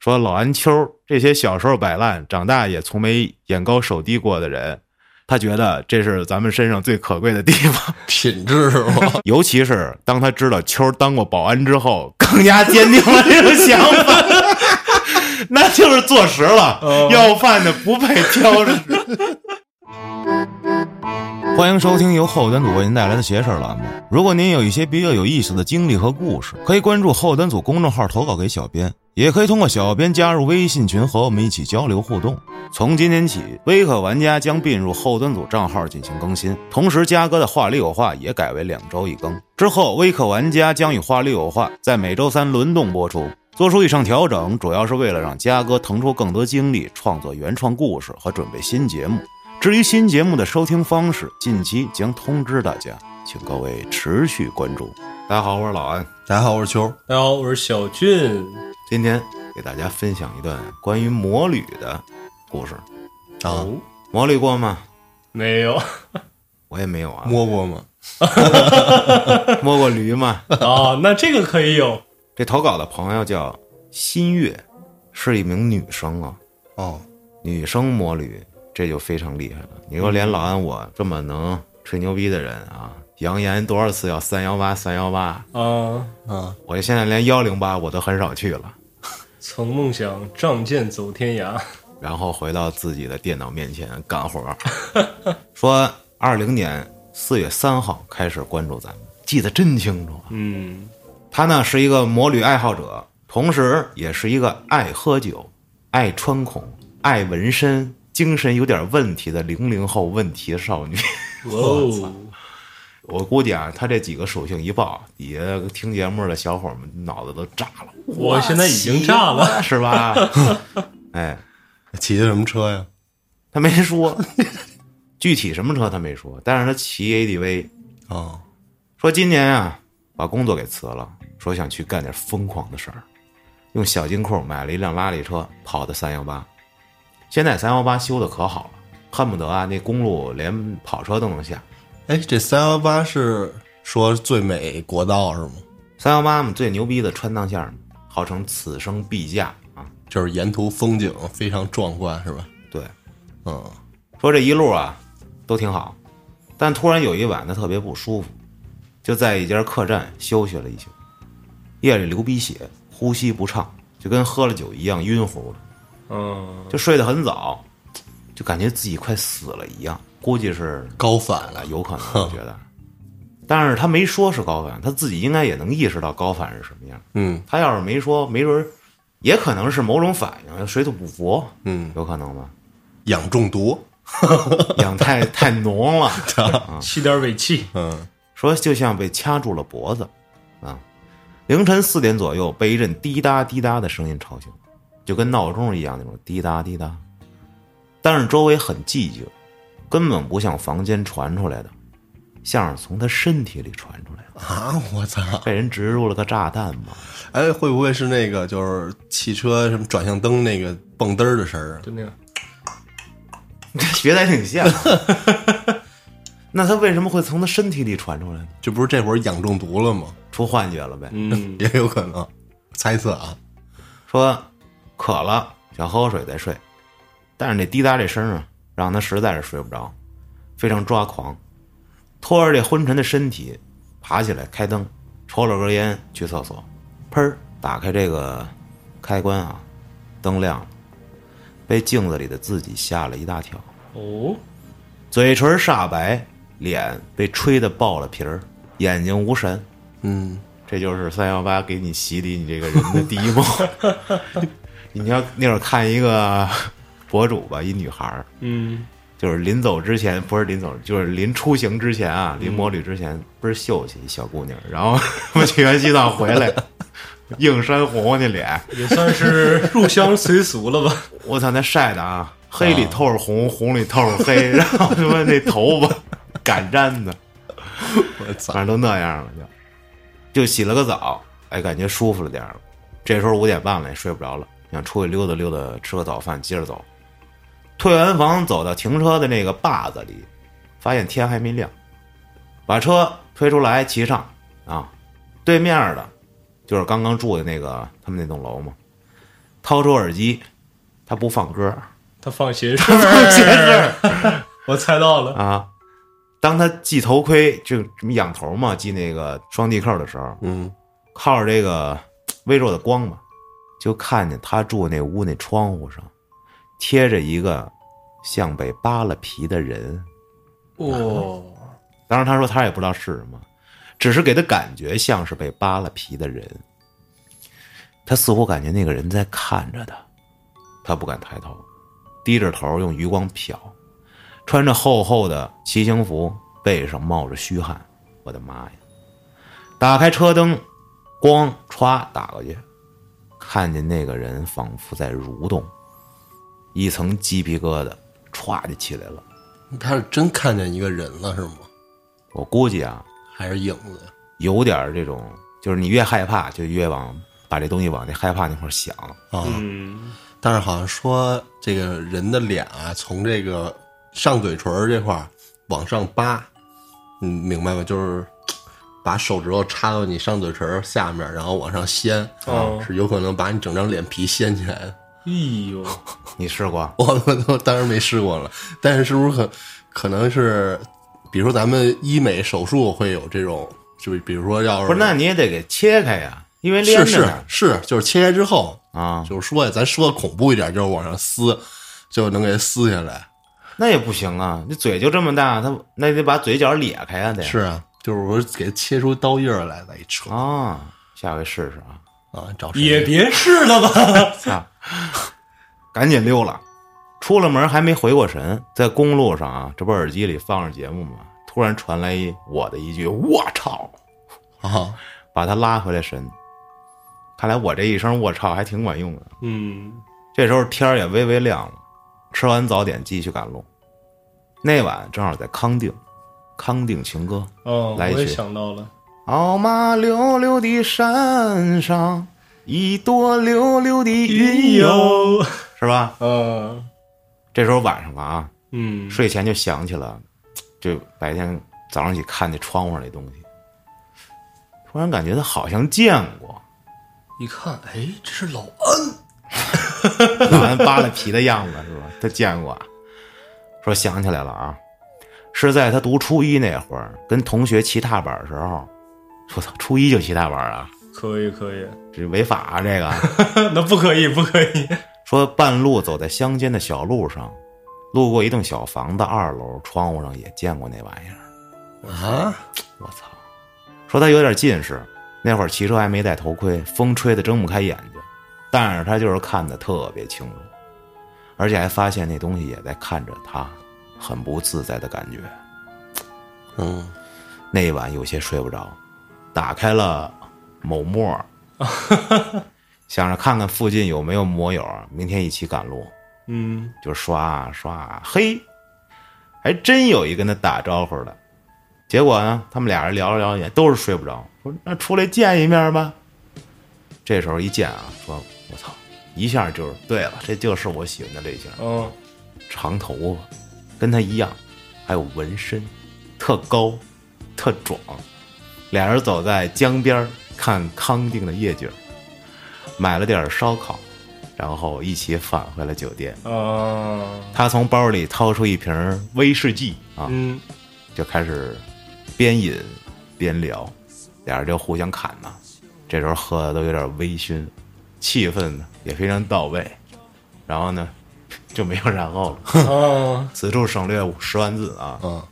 说老安秋这些小时候摆烂，长大也从没眼高手低过的人，他觉得这是咱们身上最可贵的地方， 品质嘛，尤其是当他知道秋儿当过保安之后， 更加坚定了这种想法。 那就是坐实了，要饭的不配挑食。 欢迎收听由后端组为您带来的“邪事儿”栏目。如果您有一些比较有意思的经历和故事，可以关注后端组公众号投稿给小编，也可以通过小编加入微信群和我们一起交流互动。从今天起，微客玩家将并入后端组账号进行更新，同时嘉哥的话里有话也改为两周一更。之后，微客玩家将与话里有话在每周三轮动播出。做出以上调整，主要是为了让嘉哥腾出更多精力创作原创故事和准备新节目。至于新节目的收听方式，近期将通知大家，请各位持续关注。大家好，我是老安，大家好，我是秋儿。大家好，哎我是小俊。今天给大家分享一段关于魔女的故事。啊，魔女过吗？哦没 有我也没有 啊。摸过吗？摸过驴吗？啊，那这个可以有。 这投稿的朋友叫新月，是一名女生啊，哦，女生魔女，这就非常厉害了。你说连老安我这么能吹牛逼的人啊，扬言多少次要三幺八三幺八，啊，啊，我现在连幺零八我都很少去了。曾梦想仗剑走天 涯。然后回到自己的电脑面前干活儿， 说二零年四月三号开始关注咱们，记得真清楚啊。嗯，他呢是一个魔女爱好者，同时也是一个爱喝酒、爱穿孔、爱纹身、精神有点问题的零零后问题少女。 哇哦，我估计啊，他这几个属性一爆，底下听节目的小伙们脑子都炸了， 我现在已经炸了。是吧？哎，骑的什么车呀？他没说具体什么车，他没说，但是他骑 ADV，哦，说今年啊，把工作给辞了，说想去干点疯狂的事儿，用小金库买了一辆拉力车，跑的三幺八。现在三幺八修的可好了，恨不得啊那公路连跑车都能下。哎，这三幺八是说最美国道是吗？三幺八嘛，最牛逼的川藏线儿，号称此生必驾啊。就是沿途风景非常壮观是吧？对，嗯，说这一路啊都挺好，但突然有一晚他特别不舒服，就在一家客栈休息了一宿，夜里流鼻血，呼吸不畅，就跟喝了酒一样晕乎了。嗯，就睡得很早，就感觉自己快死了一样，估计是高反啊了，有可能，我觉得。 但是他没说是高反，他自己应该也能意识到高反是什么样。嗯他要是没说，没准儿也可能是某种反应，水土不服，嗯，有可能吧？氧中毒，氧太太浓了，吸点尾气。嗯，说就像被掐住了脖子，啊，凌晨四点左右被一阵滴答滴答的声音吵醒，就跟闹钟一样那种滴答滴答，但是周围很寂静，根本不像房间传出来的，像是从他身体里传出来的，啊，我操！被人植入了个炸弹嘛。哎，会不会是那个就是汽车什么转向灯那个蹦嘚儿的声儿啊？就那样，学的还挺像。那他为什么会从他身体里传出来呢？这不是这会儿氧中毒了吗？出幻觉了呗。嗯，也有可能，猜测啊。说渴了想喝口水再睡，但是那滴答这声啊，让他实在是睡不着，非常抓狂，拖着这昏沉的身体爬起来开灯，抽了根烟去厕所，砰儿打开这个开关啊，灯亮了，被镜子里的自己吓了一大跳，哦，嘴唇煞白，脸被吹得爆了皮儿，眼睛无神，嗯，这就是三幺八给你洗礼你这个人的第一幕。你要那会儿看一个博主吧，一女孩儿，嗯，就是临走之前，不是临走，就是临出行之前啊，临摩旅之前倍儿秀气，一小姑娘，然后 我去完西藏回来，映山红红那脸，也算是入乡随俗了吧。我操，那晒的啊，黑里透着红，红里透着黑， 然后他妈那头发 擀粘的，我操，反正都那样了，就就洗了个澡，哎，感觉舒服了点儿了。这时候五点半了，也睡不着了，想出去溜达溜达，吃个早饭，接着走。退完房，走到停车的那个坝子里，发现天还没亮，把车推出来，骑上啊，对面的，就是刚刚住的那个他们那栋楼嘛。掏出耳机，他不放歌儿 他放鞋事儿，鞋事儿，我猜到了，啊。当他系头盔，就这么仰头嘛，系那个双地扣的时候，嗯，靠着这个微弱的光嘛，就看见他住那屋那窗户上贴着一个像被扒了皮的人。哦，当时他说他也不知道是什么，只是给他感觉像是被扒了皮的人。他似乎感觉那个人在看着他，他不敢抬头，低着头用余光瞟，穿着厚厚的骑行服，背上冒着虚汗。我的妈呀！打开车灯，光歘打过去，看见那个人仿佛在蠕动，一层鸡皮疙瘩歘就起来了。他是真看见一个人了是吗？我估计啊，还是影子呀？有点儿这种，就是你越害怕，就越往把这东西往那害怕那块儿想。啊，嗯，但是好像说这个人的脸啊，从这个上嘴唇儿这块儿往上扒，你明白吗？就是把手指头插到你上嘴唇儿下面，然后往上掀，哦是有可能把你整张脸皮掀起来的。哎呦，你试过？我我都当然没试过了，但是是不是可可能是，比如说咱们医美手术会有这种，就是比如说要是 不是，那你也得给切开呀，因为连着是是呢是，就是切开之后，啊，就是说呀，咱说的恐怖一点，就是往上撕，就能给撕下来。那也不行啊，你嘴就这么大，他那得把嘴角裂开啊，得是啊，就是我给它切出刀印儿来再一扯啊，下回试试啊，啊，找谁也别试了吧，赶紧溜了。出了门还没回过神，在公路上啊，这不耳机里放着节目吗？突然传来一我的一句“我操”，啊？把他拉回来神。看来我这一声“我操”还挺管用的。 嗯，这时候天儿也微微亮了，吃完早点继续赶路。那晚正好在康定，康定情歌，哦，我来一也句想到了，傲慢溜溜的山上，一朵溜溜的云哟，哟，是吧？哎嗯这时候晚上了啊，嗯，睡前就想起了，就白天早上起看那窗户上那东西，突然感觉他好像见过，一看，哎，这是老安，老安扒了皮的样子是吧？他见过啊，说想起来了啊，是在他读初一那会儿，跟同学骑踏板的时候，我操，初一就骑踏板啊，可以可以， 这违法啊这个。那不可以不可以，说半路走在乡间的小路上，路过一栋小房子二楼窗户上也见过那玩意儿，啊，我操！说他有点近视，那会儿骑车还没戴头盔，风吹得睁不开眼睛，但是他就是看得特别清楚，而且还发现那东西也在看着他，很不自在的感觉。嗯，那一晚有些睡不着，打开了某陌，想着看看附近有没有摩友，明天一起赶路。嗯，就刷啊刷啊，嘿，还真有一跟他打招呼的。结果呢，他们俩人聊着聊着也都是睡不着，说那出来见一面吧。这时候一见啊，说我操，一下就是对了，这就是我喜欢的类型，哦，长头发，跟他一样，还有纹身，特高，特壮。俩人走在江边儿看康定的夜景，买了点儿烧烤，然后一起返回了酒店。啊，他从包里掏出一瓶威士忌啊， 嗯，就开始边饮边聊，俩人就互相侃呐。这时候喝的都有点微醺，气氛呢也非常到位。然后呢， 就没有然后了。啊，此处省略十万字啊。嗯，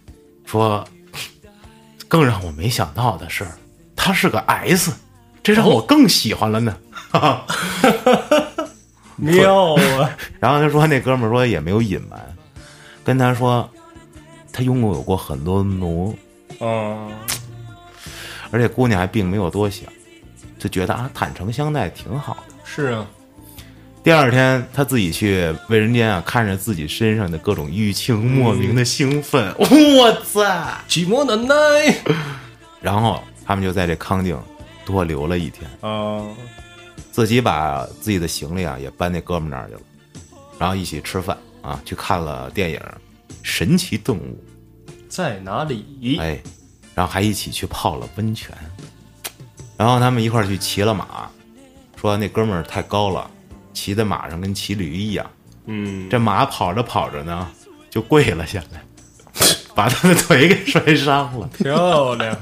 说，更让我没想到的是，他是个 S，这让我更喜欢了呢。妙啊，然后他说那哥们儿说也没有隐瞒，跟他说，他拥有过很多奴 啊，而且姑娘还并没有多想，就觉得啊坦诚相待挺好的。是啊，第二天他自己去卫生间啊，看着自己身上的各种淤青，莫名的兴奋， 我操！寂寞难耐，然后他们就在这康定多留了一天，啊，自己把自己的行李啊也搬那哥们那儿去了，然后一起吃饭啊，去看了电影《神奇动物在哪》，里？哎，然后还一起去泡了温泉，然后他们一块儿去骑了马，说那哥们儿太高了，骑在马上跟骑驴一样。嗯，这马跑着跑着呢，就跪了下来， 把他的腿给摔伤了。漂亮，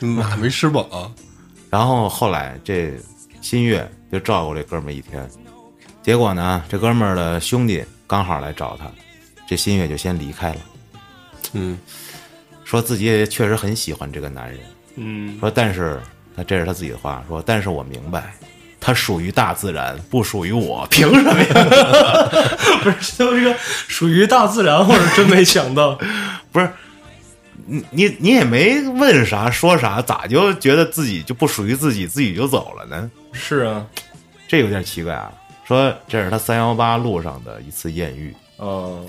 马没吃饱，啊然后后来这新月就照顾这哥们儿一天，结果呢，这哥们儿的兄弟刚好来找他，这新月就先离开了，嗯，说自己也确实很喜欢这个男人， 嗯，说但是他这是他自己的话，说但是我明白。他属于大自然，不属于我， 凭什么呀？不是，就是一个属于大自然，我是真没想到，不是，你你你也没问啥说啥，咋就觉得自己就不属于自己，自己就走了呢？ 是啊，这有点奇怪啊。说这是他三幺八路上的一次艳遇，哦，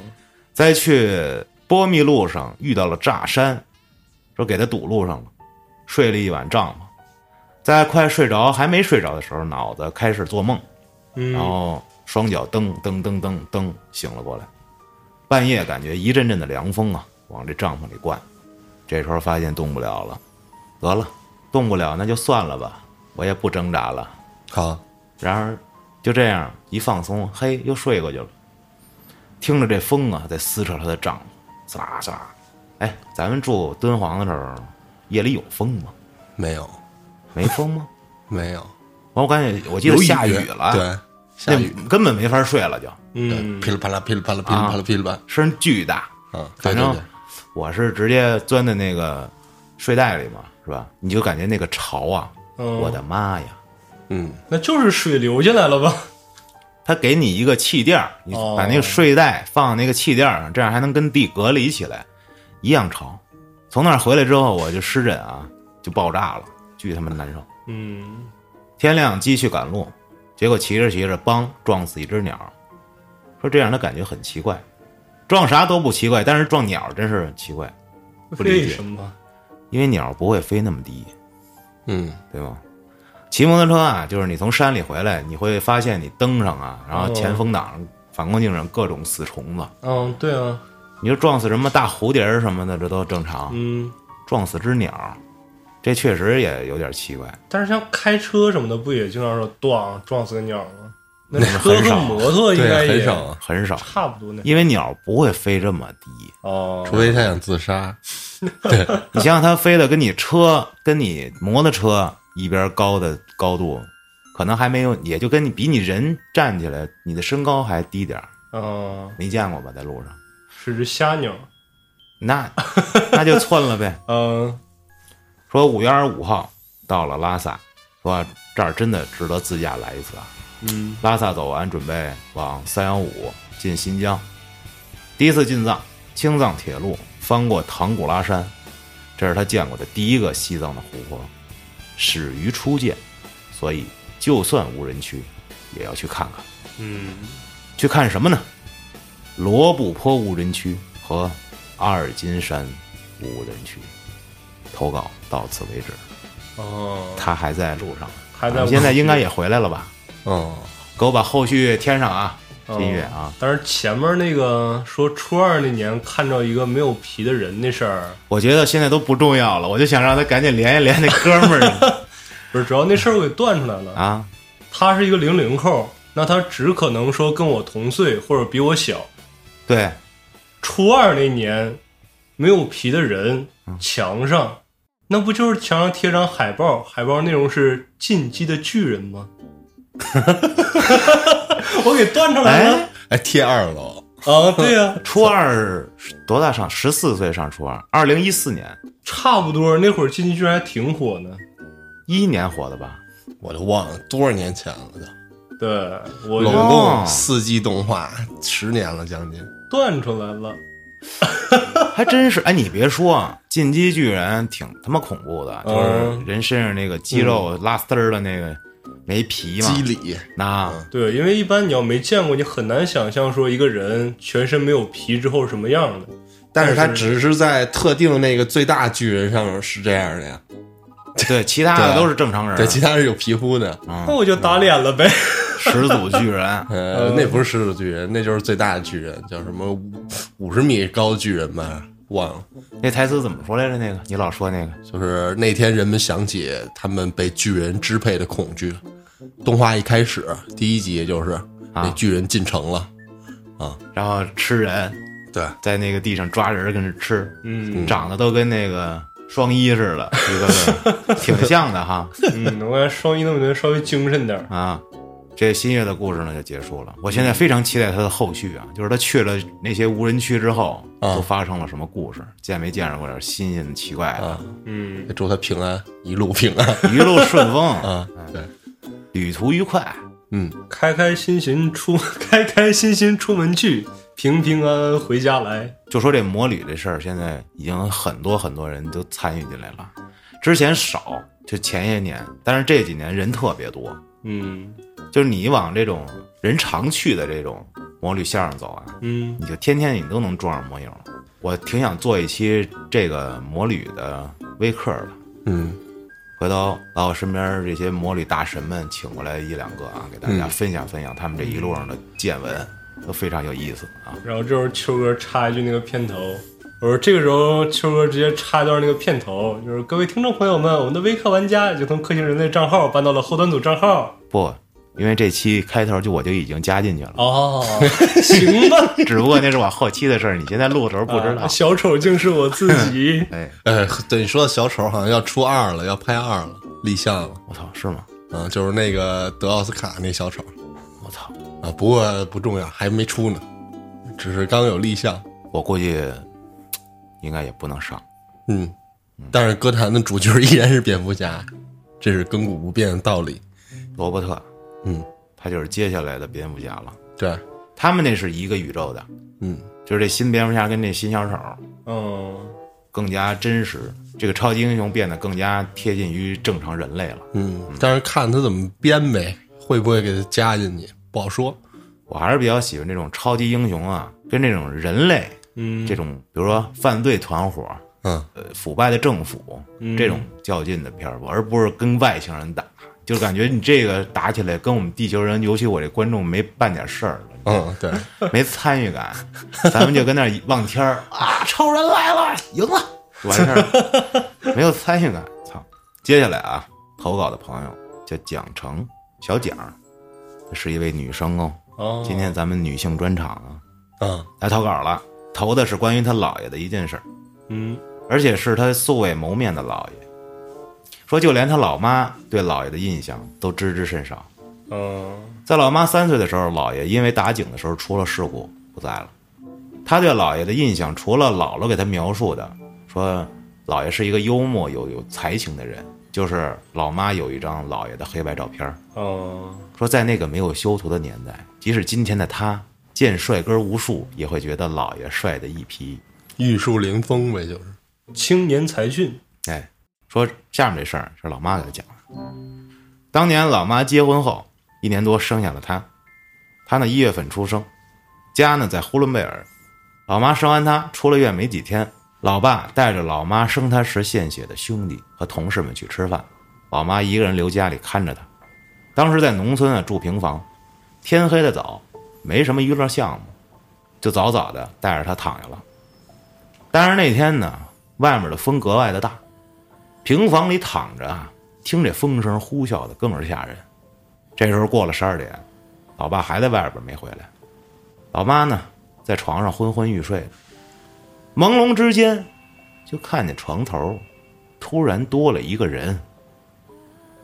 在去波密路上遇到了炸山，说给他堵路上了，睡了一晚帐嘛，在快睡着还没睡着的时候，脑子开始做梦，嗯然哦后双脚蹬蹬蹬蹬蹬醒了过来，半夜感觉一阵阵的凉风啊往这帐篷里灌，这时候发现动不了了，得了，动不了那就算了吧，我也不挣扎了。好，然而就这样一放松，嘿，又睡过去了。听着这风啊，在撕扯他的帐篷，嗖啦嗖啦。哎，咱们住敦煌的时候，夜里有风吗？没有，没风吗？没有，完，我感觉我记得有下雨了，，对，下雨，那根本没法睡了就，对，嗯，噼里啪啦，噼里啪啦，噼里啪啦，噼里啪啦，声巨大。嗯，对反对正对，我是直接钻在那个睡袋里嘛，是吧？你就感觉那个潮啊，嗯我的妈呀！嗯，那就是水流进来了吧？他给你一个气垫儿，你哦把那个睡袋放那个气垫儿上，这样还能跟地隔离起来，一样潮。从那儿回来之后，我就湿疹啊，就爆炸了，巨他妈难受。嗯，天亮继续赶路，结果骑着骑着，梆撞死一只鸟。说这样他感觉很奇怪，撞啥都不奇怪，但是撞鸟真是奇怪，不理解为什么？因为鸟不会飞那么低。嗯，对吗？骑摩托车啊，就是你从山里回来，你会发现你蹬上啊，然后前风挡上、反光镜上各种死虫子，嗯，对啊，你就撞死什么大蝴蝶儿什么的，这都正常。嗯，撞死只鸟，这确实也有点奇怪。但是像开车什么的，不也经常说撞撞死个鸟吗？那那车很和少摩托应该对，也很少啊，很少，差不多那因为鸟不会飞这么低。哦，除非他想自杀，你想想，它飞的跟你车、跟你摩托车一边高的高度，可能还没有，也就跟你比你人站起来，你的身高还低点儿。嗯，没见过吧，在路上？是只瞎鸟，那那就寸了呗。嗯说五月二十五号到了拉萨，说这儿真的值得自驾来一次啊。嗯拉萨走完，准备往三幺五进新疆。第一次进藏，青藏铁路翻过唐古拉山，这是他见过的第一个西藏的湖泊，始于初建，所以就算无人区，也要去看看。嗯，去看什么呢？罗布泊无人区和阿尔金山无人区。投稿到此为止。哦，他还在路上，啊还在现在应该也回来了吧？哦，给我把后续添上啊，哦音乐啊，但是前面那个说初二那年看着一个没有皮的人那事儿，我觉得现在都不重要了，我就想让他赶紧连一连那哥们儿不是主要那事儿我给断出来了。啊。他是一个零零后，那他只可能说跟我同岁或者比我小。对，初二那年，没有皮的人墙上，那不就是墙上贴张海报？海报内容是“进击的巨人”吗？我给断出来了哎，哎，贴二楼，啊！对呀、啊，初二多大上？十四岁上初二，二零一四年差不多那会儿“进击巨人”还挺火呢。一一年火的吧？我就忘了多少年前了都，对，我拢就共四季动画十年了，将近，断出来了。还真是。哎，你别说，啊，进击巨人挺他妈恐怖的，就是嗯人身上那个肌肉拉丝儿的那个没皮嘛基，里，那对，因为一般你要没见过，你很难想象说一个人全身没有皮之后是什么样的。但是他只是在特定那个最大巨人上面是这样的呀，对其他的都是正常人对，，其他是有皮肤的，那我就打脸了呗。始祖巨人。呃，那不是狮子巨人，那就是最大的巨人，叫什么五五十米高的巨人吧，忘了。那台词怎么说来着？那个你老说那个就是那天人们想起他们被巨人支配的恐惧，动画一开始第一集就是那啊巨人进城了，然后吃人，对，在那个地上抓人跟着吃，嗯长得都跟那个双一似的，一个 挺像的哈嗯，我感觉双一能不能稍微精神点儿？啊。这新月的故事呢就结束了，我现在非常期待他的后续啊，就是他去了那些无人区之后，啊都发生了什么故事，见没见着过点新鲜的奇怪的，啊，嗯，祝他平安，一路平 安一路顺风，啊，对，旅途愉快。嗯，开开心心出， 开开心心出门去，平平安安回家来。就说这魔女这事儿，现在已经很多很多人都参与进来了，之前少，就前些年，但是这几年人特别多，嗯就是你往这种人常去的这种魔女巷上走啊，嗯你就天天你都能撞上魔影。我挺想做一期这个魔女的微课的，嗯，回头把我身边这些魔女大神们请过来一两个啊，给大嗯家分享分享他们这一路上的见闻，都非常有意思啊。然后这时候秋哥插一句那个片头，我说这个时候秋哥直接插一段那个片头，就是各位听众朋友们，我们的微课玩家就从克星人类账号搬到了后端组账号。不，因为这期开头就我就已经加进去了， 哦，行吧，只不过那是我后期的事儿，你现在录的时候不知道。。啊小丑竟是我自己 哎，哎，对，你说到小丑好像要出二了，要拍二了，立项了，我操，是吗？啊，就是那个得奥斯卡那小丑我操，啊，不过不重要，还没出呢，只是刚有立项，我估计嘖应该也不能上。嗯，但是歌坛的主 角依然是蝙蝠侠，这是亘古不变的道理。罗伯特嗯，他就是接下来的蝙蝠侠了，对，他们那是一个宇宙的，嗯就是这新蝙蝠侠跟这新小丑嗯更加真实，这个超级英雄变得更加贴近于正常人类了。嗯，但是看他怎么编呗，会不会给他加进去，不好说。我还是比较喜欢这种超级英雄啊，跟这种人类嗯，这种，比如说犯罪团伙，嗯，呃腐败的政府这种较劲的片儿，而不是跟外星人打。就是感觉你这个打起来跟我们地球人，尤其我这观众没半点事儿了，嗯，对，没参与感，咱们就跟那儿望天儿啊，超人来了，赢了，完事儿了，没有参与感。操！接下来啊，投稿的朋友叫蒋成，小蒋，是一位女生哦。哦，今天咱们女性专场啊，嗯来投稿了，投的是关于她姥爷的一件事儿。嗯而且是他素未谋面的姥爷。说就连他老妈对姥爷的印象都知之甚少。嗯在老妈三岁的时候，姥爷因为打井的时候出了事故不在了。他对姥爷的印象，除了姥姥给他描述的，说姥爷是一个幽默有有才情的人，就是老妈有一张姥爷的黑白照片儿，嗯说在那个没有修图的年代，即使今天的他见帅哥无数，也会觉得姥爷帅的一批。玉树临风呗，就是。青年才俊，哎，说下面这事儿是老妈给他讲的。当年老妈结婚后一年多生下了他，他呢一月份出生，家呢在呼伦贝尔。老妈生完他出了院没几天，老爸带着老妈生他时献血的兄弟和同事们去吃饭，老妈一个人留家里看着他。当时在农村啊住平房，天黑的早，没什么娱乐项目，就早早的带着他躺下了。但是那天呢，外面的风格外的大，平房里躺着啊，听这风声呼啸的更是吓人。这时候过了十二点，老爸还在外边没回来，老妈呢在床上昏昏欲睡呢朦胧之间，就看见床头突然多了一个人，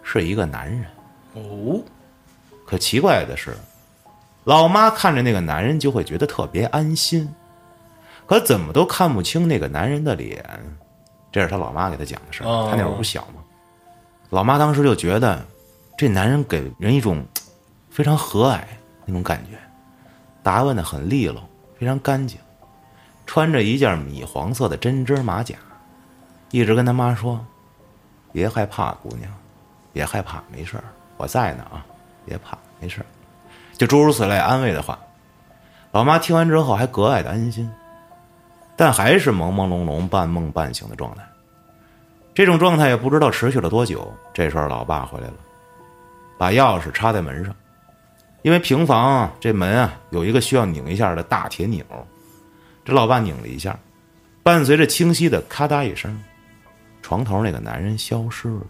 是一个男人。哦，可奇怪的是，老妈看着那个男人就会觉得特别安心，可怎么都看不清那个男人的脸。这是他老妈给他讲的事儿，哦他那会儿不小吗？老妈当时就觉得，这男人给人一种嘖非常和蔼那种感觉，打扮的很利落，非常干净，穿着一件米黄色的针织马甲，一直跟他妈说：“别害怕，姑娘，别害怕，没事儿，我在呢啊，别怕，没事儿。”就诸如此类安慰的话。老妈听完之后还格外的安心，但还是朦朦胧胧、半梦半醒的状态。这种状态也不知道持续了多久。这时候老爸回来了，把钥匙插在门上，因为平房啊这门啊有一个需要拧一下的大铁钮，这老爸拧了一下，伴随着清晰的咔嗒一声，床头那个男人消失了。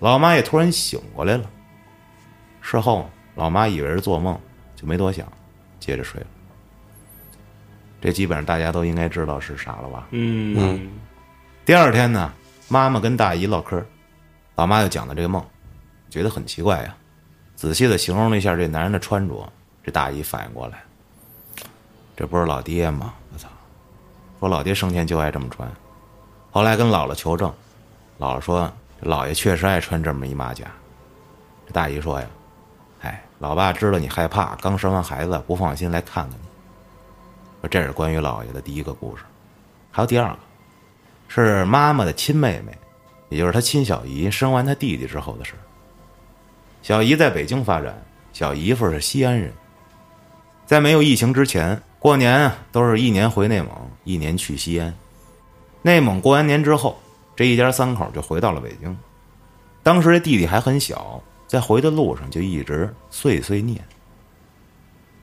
老妈也突然醒过来了，事后，老妈以为是做梦，就没多想，接着睡了。这基本上大家都应该知道是啥了吧？嗯第二天呢，妈妈跟大姨唠嗑儿，老妈就讲的这个梦，觉得很奇怪呀、仔哎细的形容了一下这男人的穿着，这大姨反应过来，这不是老爹吗？我操！说老爹生前就爱这么穿，后来跟姥姥求证，姥姥说这姥爷确实爱穿这么一马甲。这大姨说呀，哎，老爸知道你害怕，刚生完孩子不放心来看看你。说这是关于姥爷的第一个故事，还有第二个。是妈妈的亲妹妹，也就是她亲小姨生完她弟弟之后的事儿。小姨在北京发展，小姨夫是西安人。在没有疫情之前，过年啊都是一年回内蒙，一年去西安。内蒙过完年之后，这一家三口就回到了北京。当时这弟弟还很小，在回的路上就一直碎碎念：“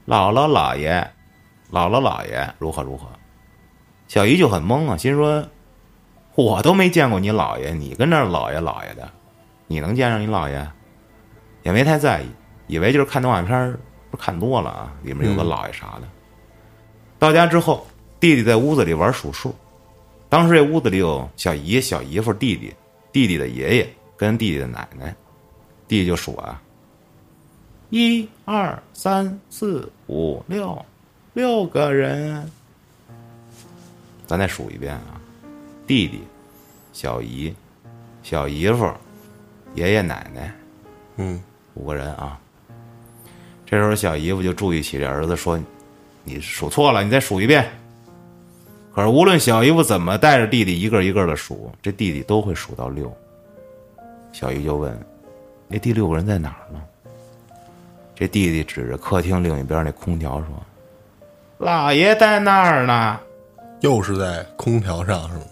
姥姥姥爷，姥姥姥爷如何如何。”小姨就很懵啊，心说：“我都没见过你姥爷，你跟那儿姥爷姥爷的，你能见上你姥爷？也没太在意，以为就是看动画片儿，不是看多了啊，里面有个姥爷啥的。到家之后，弟弟在屋子里玩数数，当时这屋子里有小姨、小姨夫、弟弟、弟弟的爷爷跟弟弟的奶奶，弟弟就数啊，一二三四五六，六个人。咱再数一遍啊。弟弟、小姨、小姨夫、爷爷奶奶嗯，五个人啊。这时候小姨夫就注意起这儿子说：“你数错了，你再数一遍。”可是无论小姨夫怎么带着弟弟一个一个的数，这弟弟都会数到六。小姨就问：“那第六个人在哪儿呢？”这弟弟指着客厅另一边那空调说：“老爷在那儿呢。”又是在空调上是吗？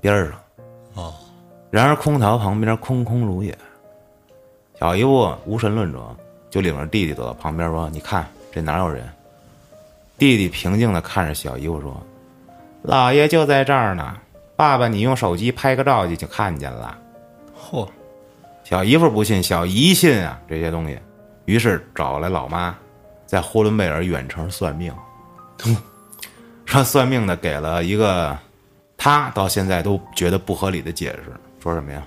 边儿上。哦，然而空调旁边空空如也。小姨夫无神论者就领着弟弟走到旁边说：“你看这哪有人？”弟弟平静的看着小姨夫说：“老爷就在这儿呢，爸爸，你用手机拍个照去，就看见了。”嚯，小姨夫不信，小姨信啊这些东西，于是找来老妈，在呼伦贝尔远程算命，说算命的给了一个他到现在都觉得不合理的解释，说什么呀？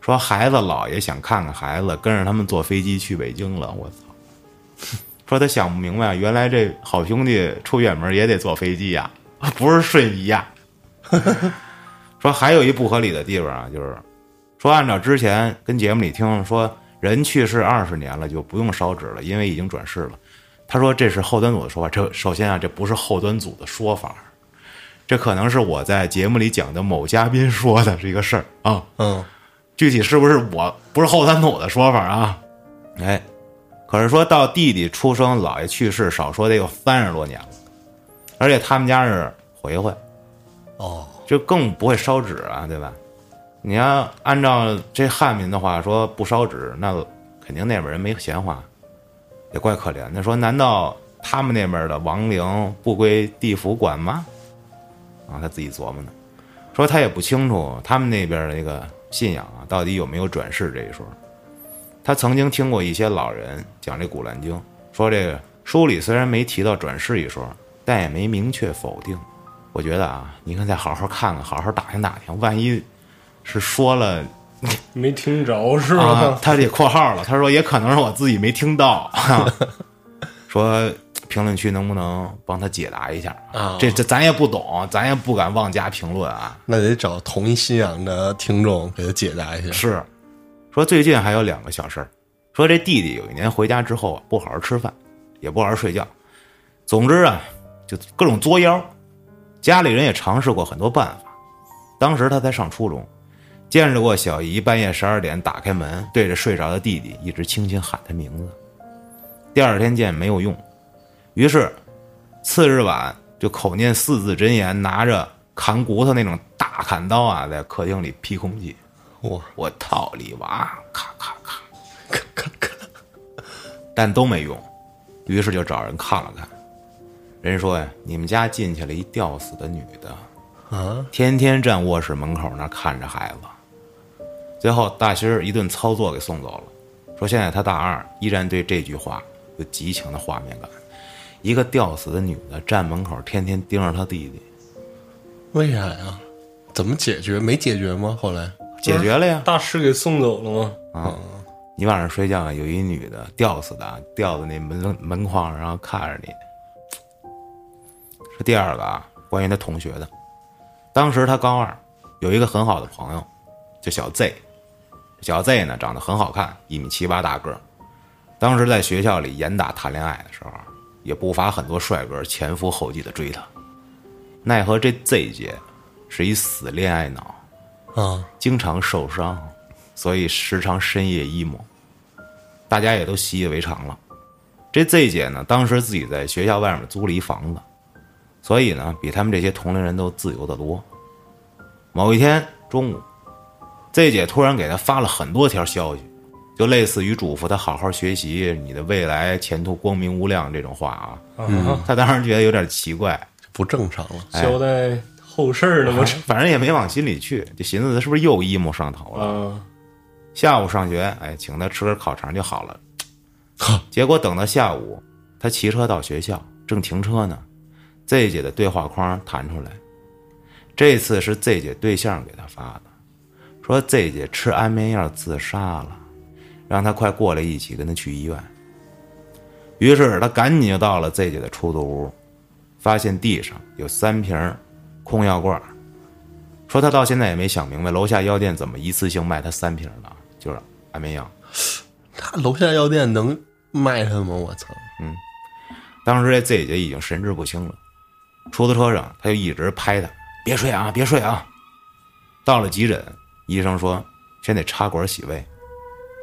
说孩子姥爷想看看孩子，跟着他们坐飞机去北京了，我操！ 说他想不明白，原来这好兄弟出远门也得坐飞机呀、 不是瞬移呀、 说还有一不合理的地方啊，就是说按照之前跟节目里听说，人去世二十年了就不用烧纸了，因为已经转世了。他说这是后端组的说法，这首先啊，这不是后端组的说法，这可能是我在节目里讲的某嘉宾说的这个事儿啊，嗯，具体是不是我不是后端组的说法啊？哎，可是说到弟弟出生，姥爷去世，少说得有三十多年了，而且他们家是回回，哦，就更不会烧纸啊，对吧？你要按照这汉民的话说不烧纸，那肯定那边人没闲话，也怪可怜的。说难道他们那边的亡灵不归地府管吗？啊，他自己琢磨呢。说他也不清楚他们那边的那个信仰啊，到底有没有转世这一说。他曾经听过一些老人讲这《古兰经》，说这个书里虽然没提到转世一说，但也没明确否定。我觉得啊，你看再好好看看，好好打听打听，万一是说了没听着是啊吧？，他这括号了，他说也可能是我自己没听到，啊说评论区能不能帮他解答一下啊这这咱也不懂，咱也不敢妄加评论啊。那得找同一信仰的听众给他解答一下。是，说最近还有两个小事儿，说这弟弟有一年回家之后啊，不好好吃饭，也不好好睡觉，总之啊，就各种作妖。家里人也尝试过很多办法，当时他才上初中，见着过小姨半夜十二点打开门，对着睡着的弟弟一直轻轻喊他名字。第二天见没有用，于是次日晚就口念四字真言，拿着砍骨头那种大砍刀啊，在客厅里劈空气。哇，我套里娃，咔咔咔，咔咔咔，但都没用，于是就找人看了看。人说呀，你们家进去了一吊死的女的，啊，天天站卧室门口那儿看着孩子。最后大仙儿一顿操作给送走了，说现在他大二，依然对这句话有极强的画面感。一个吊死的女的站门口，天天盯着她弟弟，为啥呀？怎么解决？没解决吗？后来解决了呀。大师给送走了吗？你晚上睡觉啊有一女的吊死的啊，吊在那门门框上，然后看着你。是第二个啊，关于他同学的，当时他高二，有一个很好的朋友，叫小 Z，小 Z 呢长得很好看，一米七八大个儿，当时在学校里严打谈恋爱的时候啊，也不乏很多帅哥前赴后继的追他，奈何这 Z 姐是一死恋爱脑，啊，经常受伤，所以时常深夜 emo。大家也都习以为常了。这 Z 姐呢，当时自己在学校外面租了一房子，所以呢，比他们这些同龄人都自由得多。某一天中午，Z 姐突然给他发了很多条消息，就类似于嘱咐他好好学习，你的未来前途光明无量这种话啊。啊，他当时觉得有点奇怪，不正常了。哎交代后事儿呢吗？反正也没往心里去，就寻思他是不是又 emo 上头了。啊，下午上学，哎，请他吃根烤肠就好了。结果等到下午，他骑车到学校，正停车呢，Z 姐的对话框弹出来，这次是 Z 姐对象给他发的，说 Z 姐吃安眠药自杀了，让他快过来一起跟他去医院。于是他赶紧就到了 Z 姐的出租屋，发现地上有三瓶儿空药罐儿，说他到现在也没想明白楼下药店怎么一次性卖他三瓶儿的啊，就是安眠药。他楼下药店能卖他吗？我操！当时这 Z 姐已经神志不清了，出租车上他就一直拍她，别睡啊，别睡啊。到了急诊，医生说先得插管洗胃。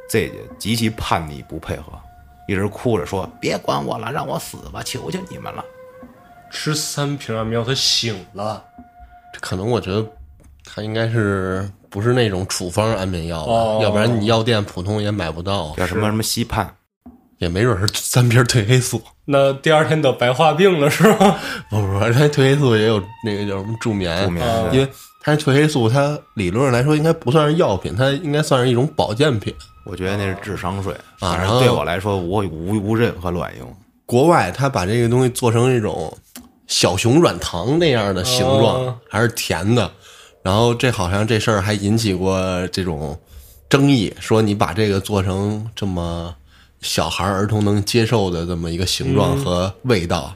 Z 姐极其叛逆不配合，一直哭着说别管我了，让我死吧，求求你们了。吃三瓶安眠药，他醒了。这可能我觉得他应该是不是那种处方安眠药吧，哦要不然你药店普通也买不到，叫什么什么西泮，也没准是三瓶褪黑素。 那第二天得白化病了是吧？ 不不不，它褪黑素也有那个叫什么助眠，助眠因为它褪黑素它理论上来说应该不算是药品，它应该算是一种保健品。我觉得那是智商税，啊反然正后哦对我来说无无无任何卵用。国外它把这个东西做成一种小熊软糖那样的形状，哦还是甜的。然后这好像这事儿还引起过这种争议，说你把这个做成这么小孩儿儿童能接受的这么一个形状和味道，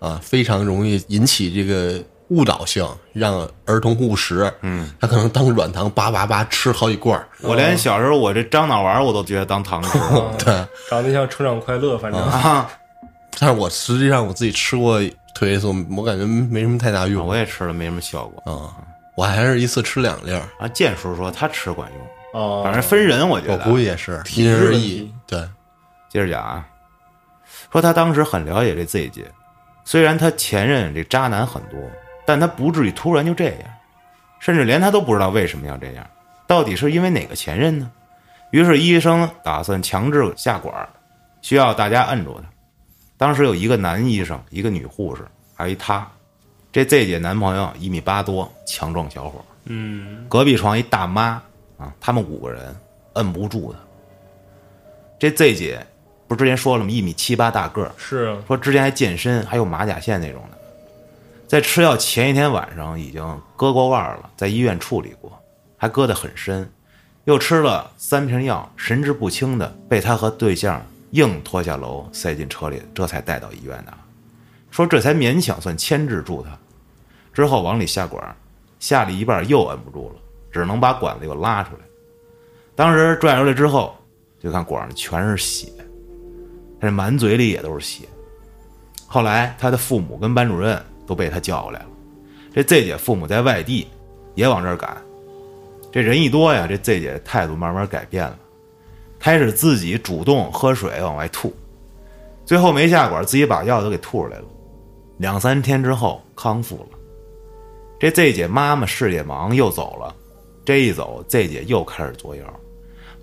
啊，非常容易引起这个误导性，让儿童误食。嗯，他可能当软糖叭叭叭吃好几罐儿。我连小时候我这樟脑丸我都觉得当糖吃对，长得像成长快乐，反正啊！但是我实际上我自己吃过褪黑素，我感觉没什么太大用。我也吃了没什么效果啊、我还是一次吃两粒儿，啊。健叔说他吃管用，啊，反正分人我觉我得。估计也是因人而问异题。对，接着讲啊，说他当时很了解这 Z 姐，虽然他前任这渣男很多，但他不至于突然就这样，甚至连他都不知道为什么要这样，到底是因为哪个前任呢？于是医生打算强制下管儿，需要大家摁住他。当时有一个男医生，一个女护士，还有一他。这 Z 姐男朋友一米八多，强壮小伙儿，嗯，隔壁床一大妈啊，他们五个人摁不住他。这 Z 姐不是之前说了吗？一米七八大个儿，是啊说之前还健身，还有马甲线那种的。在吃药前一天晚上已经割过腕儿了，在医院处理过，还割得很深，又吃了三瓶药，神志不清的被他和对象硬拖下楼，塞进车里，这才带到医院的啊。说这才勉强算牵制住他，之后往里下管儿，下了一半儿又摁不住了，只能把管子又拉出来。当时拽出来之后，就看管儿里全是血，他这满嘴里也都是血。后来他的父母跟班主任都被他叫过来了。这 Z 姐父母在外地，也往这儿赶。这人一多呀，这 Z 姐态度慢慢改变了，开始自己主动喝水往外吐，最后没下管，自己把药都给吐出来了。两三天之后康复了。这 Z 姐妈妈事业忙又走了，这一走，Z 姐又开始作妖，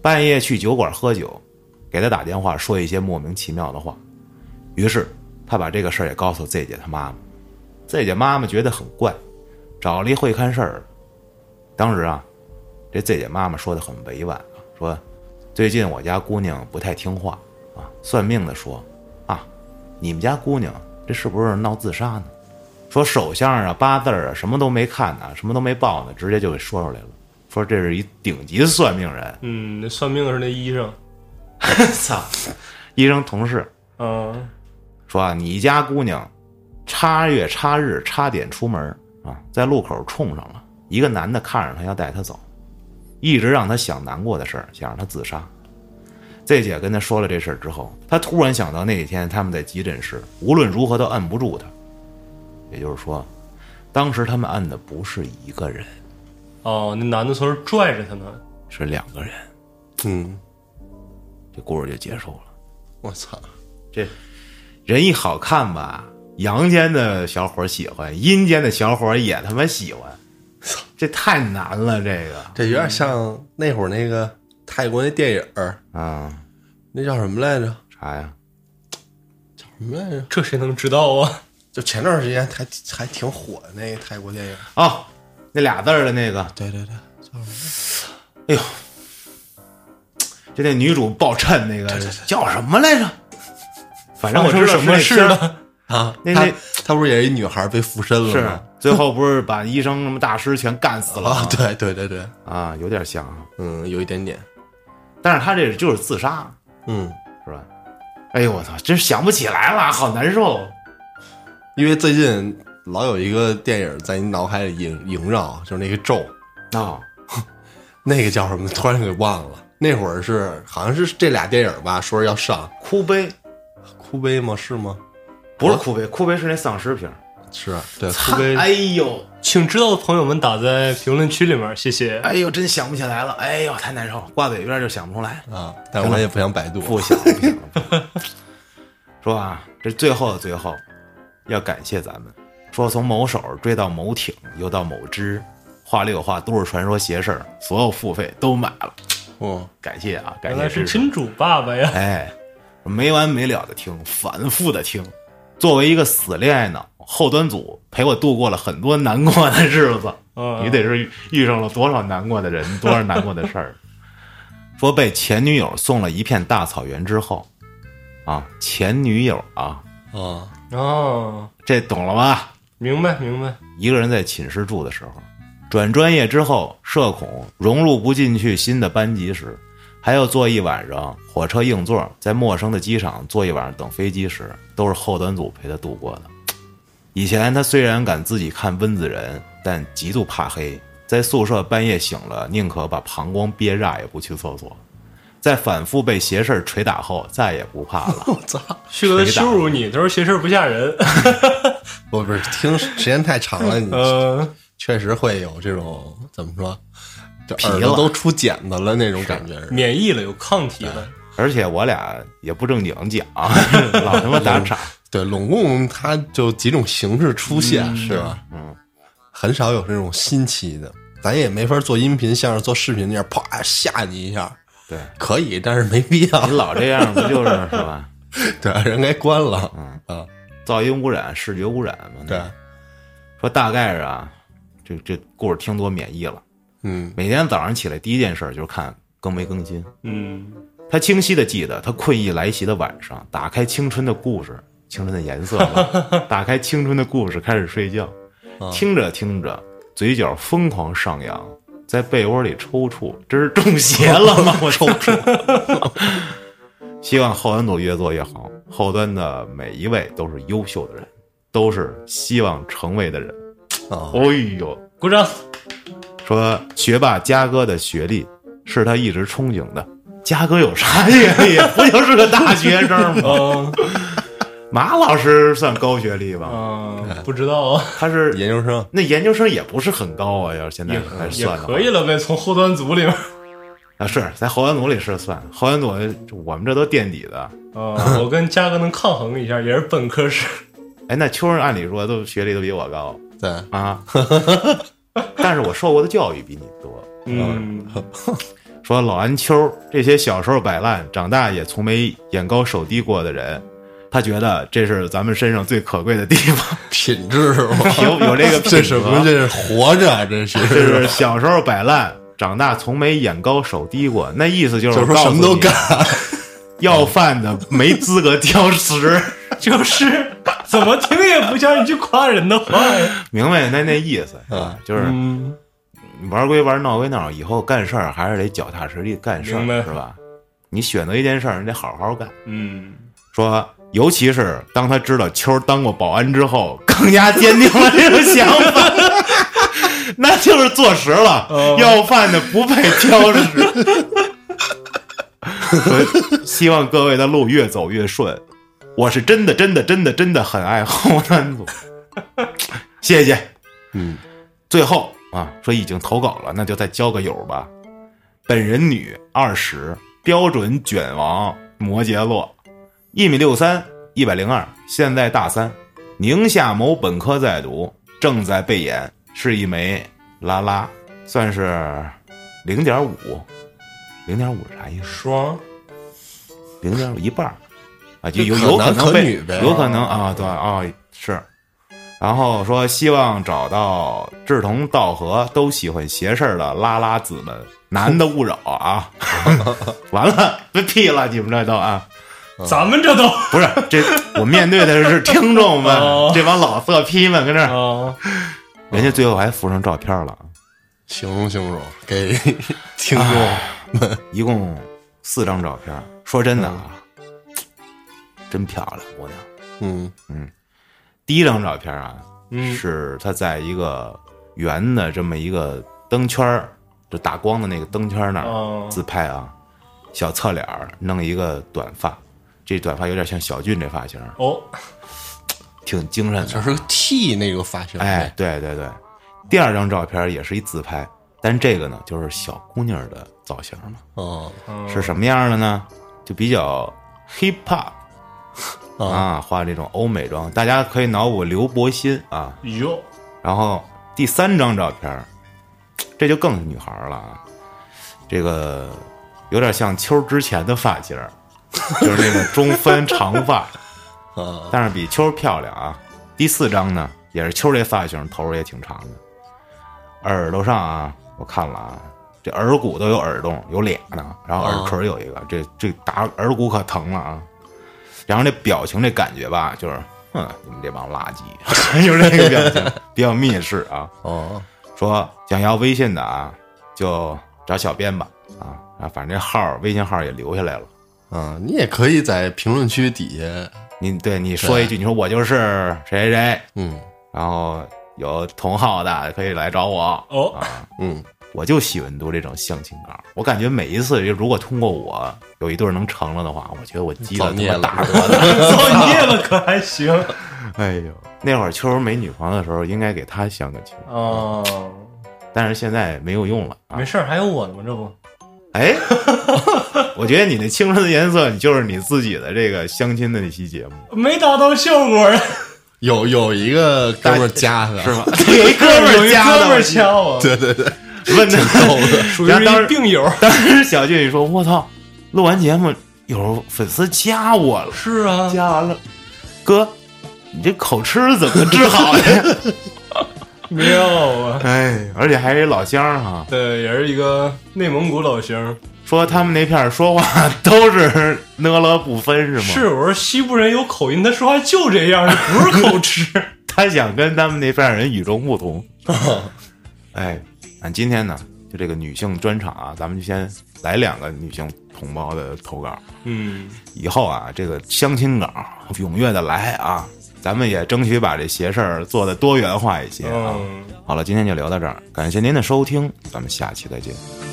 半夜去酒馆喝酒，给她打电话说一些莫名其妙的话。于是他把这个事儿也告诉 Z 姐她妈妈，Z 姐妈妈觉得很怪，找了一会看事儿的。当时啊，这 Z 姐妈妈说的很委婉啊，说最近我家姑娘不太听话啊，算命的说啊，你们家姑娘这是不是闹自杀呢？说手相啊、八字啊，什么都没看呢，什么都没报呢，直接就给说出来了，说这是一顶级算命人， 嗯，那算命的是那医生，操，医生同事嗯，说啊，你家姑娘差月差日差点出门啊，在路口冲上了一个男的，看着她要带她走，一直让她想难过的事儿，想让她自杀。这姐跟她说了这事儿之后，她突然想到那几天他们在急诊室，无论如何都摁不住她。也就是说，当时他们摁的不是一个人，哦，那男的从这拽着他呢，是两个人。嗯，这故事就结束了。我操，这人一好看吧，阳间的小伙儿喜欢，阴间的小伙儿也他妈喜欢， 这太难了，这个这有点像那会儿那个泰国那电影儿，啊，那叫什么来着？啥呀？叫什么来着？这谁能知道啊？就前段时间还还挺火的那个泰国电影。哦，那俩字儿的那个，对对对，叫什么？哎呦，就那女主抱衬那个叫什么来着？反正我知道什么是事那片儿了？啊，那她那她不是也是一女孩被附身了是吗？ 最后不是把医生什么大师全干死了啊，吗？对对对对，啊，有点像啊，嗯，有一点点，但是他这就是自杀，嗯，是吧？哎呦我操，真想不起来了，好难受。因为最近老有一个电影在你脑海里萦萦绕，就是那个咒，哦，那个叫什么？突然给忘了。那会儿是好像是这俩电影吧，说是要上哭悲哭悲吗？是吗？不是哭悲，哭悲是那丧尸片儿。是对，哭悲哎呦，请知道的朋友们打在评论区里面，谢谢。哎呦，真想不起来了，哎呦，太难受，了，挂嘴边就想不出来，啊，但是我也不想百度。不想不想，不想 说啊，这最后的最后，要感谢咱们，说从某手追到某挺，又到某只，话里有话，都是传说邪事儿，所有付费都买了，嗯，感谢啊，感原谢来是支持。金主爸爸呀！哎，没完没了的听，反复的听。作为一个死恋爱脑，后端组陪我度过了很多难过的日子。嗯你得是遇上了多少难过的人，多少难过的事儿。 说被前女友送了一片大草原之后，啊，前女友啊，啊，哦，这懂了吧？明白明白，一个人在寝室住的时候，转专业之后，社恐融入不进去新的班级时，还要坐一晚上火车硬座，在陌生的机场坐一晚上等飞机时，都是后端组陪他度过的。以前他虽然敢自己看温子仁，但极度怕黑，在宿舍半夜醒了，宁可把膀胱憋炸也不去厕所。在反复被邪事儿捶打后，再也不怕了。我操！旭哥在羞辱你，他说邪事儿不 吓人。我不是听时间太长了，你嗯，确实会有这种怎么说，就疲耳朵了都出茧子了那种感觉是。免疫了，有抗体了。而且我俩也不正经讲， 老他妈打岔。对，拢共它就几种形式出现，是吧？嗯，很少有这种新奇的，咱也没法做音频，像是做视频那样，啪吓你一下。对，可以，但是没必要你。老这样不就是是吧？对，人该关了。啊，噪音污染、视觉污染嘛。对，说大概是啊，这这故事听多免疫了。嗯，每天早上起来第一件事就是看更没更新。嗯，他清晰的记得，他困意来袭的晚上，打开青春的故事，青春的颜色了，打开青春的故事，开始睡觉。听着听着，嘴角疯狂上扬，在被窝里抽搐，这是中邪了吗？我抽搐。希望后端组越做越好，后端的每一位都是优秀的人，都是希望成为的人。啊，哎呦，鼓掌。说学霸嘉哥的学历是他一直憧憬的。嘉哥有啥学历？不就是个大学生吗？ 嗯 马老师算高学历吧？嗯，不知道啊，他是研究生，那研究生也不是很高啊，要是现在也来也算的话可以了呗，从后端 组里面。啊，是在后端组里是算后端组，我们这都垫底的。啊，我跟嘉哥能抗衡一下，也是本 科生。哎，那秋儿按理说都学历都比我高对，啊， 但是我受过的教育比你多。嗯，哦说老安秋这些小时候摆烂，长大也从没眼高手低过的人，他觉得这是咱们身上最可贵的地方，品 质是吧？有有这个品这格什么？这是活着，这是就是小时候摆烂，长大从没眼高手低过，那意思就是 就是我说告诉什么都你干，要饭的没资格挑食， 就是怎么听也不像一句夸人的话呀。明白？那那意思啊， 就是嗯，玩归玩，闹归闹，以后干事儿还是得脚踏实地干事儿明白，是吧？你选择一件事儿，你得好好干。嗯，说，尤其是当他知道秋儿当过保安之后，更加坚定了这种想法， 那就是坐实了，哦要饭的不配挑食。我希望各位的路越走越顺。我是真的真的真的真的很爱后端组，谢谢。嗯，最后啊，说已经投稿了，那就再交个友吧。本人女，二十，标准卷王，摩羯座，一米六三，一百零二，现在大三，宁夏某本科在读，正在备研，是一枚拉拉，算是零点五，零点五是啥意思？双零点五一半儿啊，就就有可有男能可被女呗有可能啊，对啊是。然后说希望找到志同道合、都喜欢邪事儿的拉拉子们，男的勿扰啊！ 完了，被屁了，你们这都啊，嗯咱们这都不是这我面对的是听众们哦，这帮老色批们跟这儿，啊，人家最后还附上照片了，形容形容给听众，一共四张照片。说真的啊，嗯真漂亮姑娘。嗯第一张照片啊，嗯是他在一个圆的这么一个灯圈儿，就打光的那个灯圈儿那儿、哦自拍啊，小侧脸儿弄一个短发，这短发有点像小俊这发型，哦，挺精神就的。是个 T 那个发型，哎，，对对对，第二张照片也是一自拍，但这个呢就是小姑娘的造型了，哦是什么样的呢？就比较 hip hop 啊，啊，画这种欧美妆，大家可以脑补刘伯欣啊，哟，然后第三张照片儿，这就更是女孩儿了啊，这个有点像秋儿之前的发型儿， 就是那个中分长发，啊但是比秋儿漂亮啊。第四张呢，也是秋儿这发型，头儿也挺长的，耳朵上啊，我看了啊，这耳骨都有耳洞，有俩呢，然后耳垂有一个，这这打耳骨可疼了啊。然后这表情这感觉吧，就是，哼，你们这帮垃圾， 就是这个表情，比较蔑视啊。哦，说想要微信的啊，就找小编吧啊，然后反正这号儿微信号儿也留下来了。啊，你也可以在评论区底下，你对你说一句，你说我就是谁谁谁，嗯然后有同号的可以来找我。 哦，嗯，我就喜欢读这种相亲稿，我感觉每一次如果通过我有一对儿能成了的话，我觉得我积造了孽他了妈大德嗯了。造孽了可还行哎呦，那会儿秋儿没女朋友的时候，应该给她相个亲，啊？但是现在没有用了啊没。事儿，还有我呢嘛，这不 哎，我觉得你那青春的颜色，你就是你自己的这个相亲的那期节目。没达到效果 啊。有有一个哥们儿加他，是吗？ 有一哥们有儿一加的，哥们儿掐我，对对对，问的逗的，属于然后当一时病友。当时小俊说：“我操，录完节目有粉丝加我了，是啊，加完了，哥，你这口吃怎么治好的？妙啊！ 哎，而且还是一老乡儿哈、对，也是一个内蒙古老乡。说他们那片儿说话都是呢了不分是吗？是，我说西部人有口音，他说话就这样，不是口吃。他想跟他们那边人与众不同。嗯哎，俺今天呢，就这个女性专场啊，咱们就先来两个女性同胞的投稿。 嗯，以后啊，这个相亲稿踊跃的来啊，咱们也争取把这邪事儿做的多元化一些啊。嗯，好了，今天就聊到这儿，感谢您的收听，咱们下期再见。